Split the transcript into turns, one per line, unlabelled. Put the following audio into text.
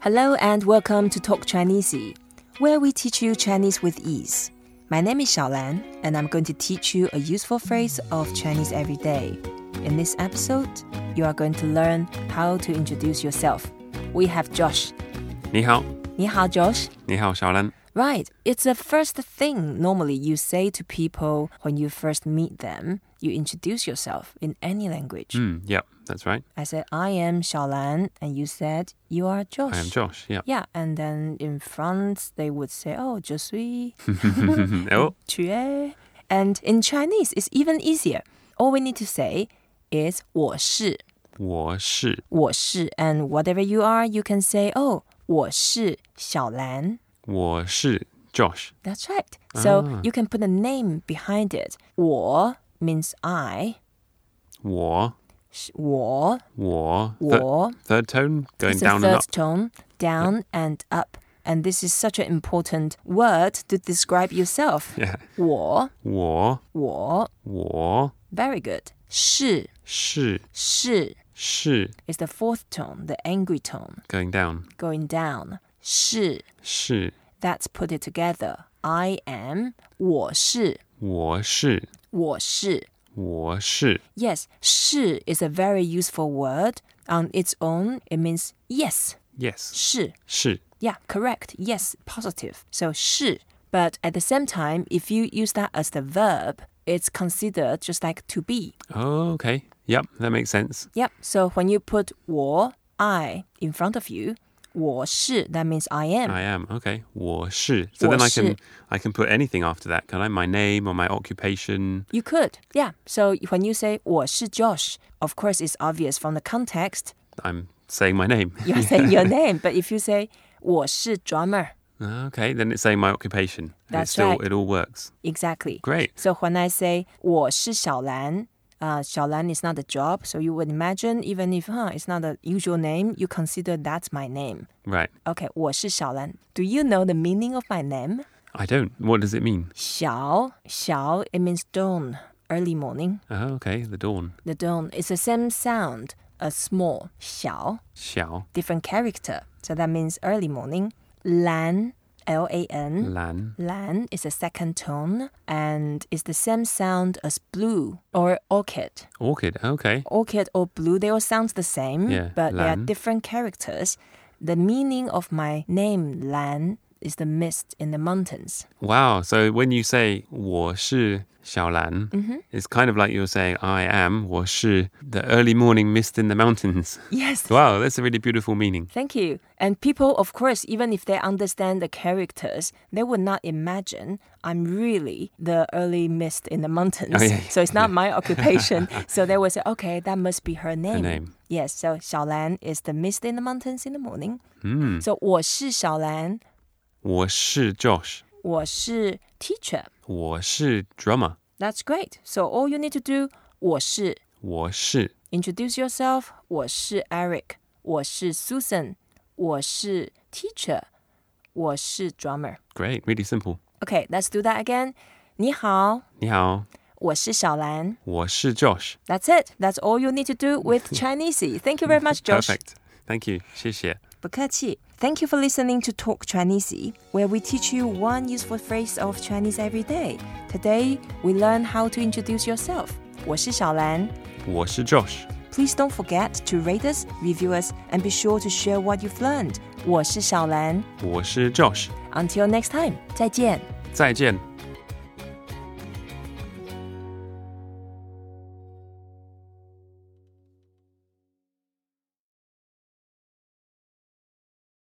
Hello and welcome to Talk Chinese, where we teach you Chinese with ease. My name is Xiaolan, and I'm going to teach you a useful phrase of Chinese every day. In this episode, you are going to learn how to introduce yourself. We have Josh.
你好，
你好, Josh.
你好，小兰。
Right, it's the first thing normally you say to people when you first meet them. You introduce yourself in any language.
Mm, yeah, that's right.
I said, I am Xiaolan, and you said, you are Josh.
I am Josh. Yeah.
Yeah, and then in France, they would say, oh, je suis,
oh,
tu es. And in Chinese, it's even easier. All we need to say is 我是,
我是
我是, and whatever you are, you can say, oh, 我是小兰.
我是 Josh.
That's right. So
Ah.
you can put a name behind it. 我 means I,
我
是我,
我 third,
我
third tone going
It's the
down
third
and up.
tone, down and up. And this is such an important word to describe yourself.
Yeah.
我,
我
我,
我
very good. 是,
是
是
是
is the fourth tone, the angry tone,
going down.
going down. 是,
是
that's put it together. I am, 我是,
我是
我是.
我是
Yes, 是 is a very useful word. On its own, it means yes,
yes
是.
是
Yeah, correct. Yes, positive. So 是. But at the same time, if you use that as the verb, it's considered just like to be.
okay. Yep, that makes sense.
Yep. So when you put 我, I in front of you, 我是, that means I am.
I am okay. 我是 so then I can
我是
I can put anything after that. Can I my name or my occupation?
You could. Yeah. So when you say 我是 Josh, of course it's obvious from the context.
I'm saying my name.
You're saying your name, but if you say 我是 drummer,
Okay, then it's saying my occupation. and
That's
it still,
right.
It all works.
exactly.
Great.
So when I say 我是小兰, uh, 小兰 is not a job, so you would imagine even if huh, it's not a usual name, you consider that's my name.
Right.
Okay, 我是小兰. Do you know the meaning of my name?
I don't. What does it mean?
小,小, it means dawn, early morning.
Oh, okay, the dawn.
The dawn is the same sound as small, 小,
Xiao.
different character. So that means early morning. Lan, L-A-N.
Lan.
Lan is a second tone and is the same sound as blue or orchid.
Orchid. Okay.
orchid or blue, they all sound the same,
Yeah,
but they are
Lan.
different characters. The meaning of my name, Lan, is the mist in the mountains.
Wow. So when you say 我是 Xiaolan,
Mm-hmm.
it's kind of like you're saying I am 我是 the early morning mist in the mountains.
Yes.
wow, that's a really beautiful meaning.
Thank you. And people, of course, even if they understand the characters, they would not imagine I'm really the early mist in the mountains.
Oh, yeah, yeah.
So it's not my occupation. so they would say, okay, that must be her name.
name.
Yes. So Xiaolan is the mist in the mountains in the morning. So 我是小兰,
Hmm. 我是 Josh.
我是 teacher.
我是 drummer.
That's great. So all you need to do 我是
我是
introduce yourself 我是 Eric 我是 Susan 我是 teacher 我是 drummer.
great. Really simple.
Okay, let's do that again. 你好,我是小兰.
你好，我是 Josh.
That's it. That's all you need to do with Chinese. Thank you very much, Josh.
Perfect. Thank you. 谢谢。
不客气. Thank you for listening to Talk Chinese, where we teach you one useful phrase of Chinese every day. Today, we learn how to introduce yourself. 我是小兰.
我是 Josh。
Please don't forget to rate us, review us, and be sure to share what you've learned. 我是小兰.
我是 Josh，
Until next time, 再见。
再见。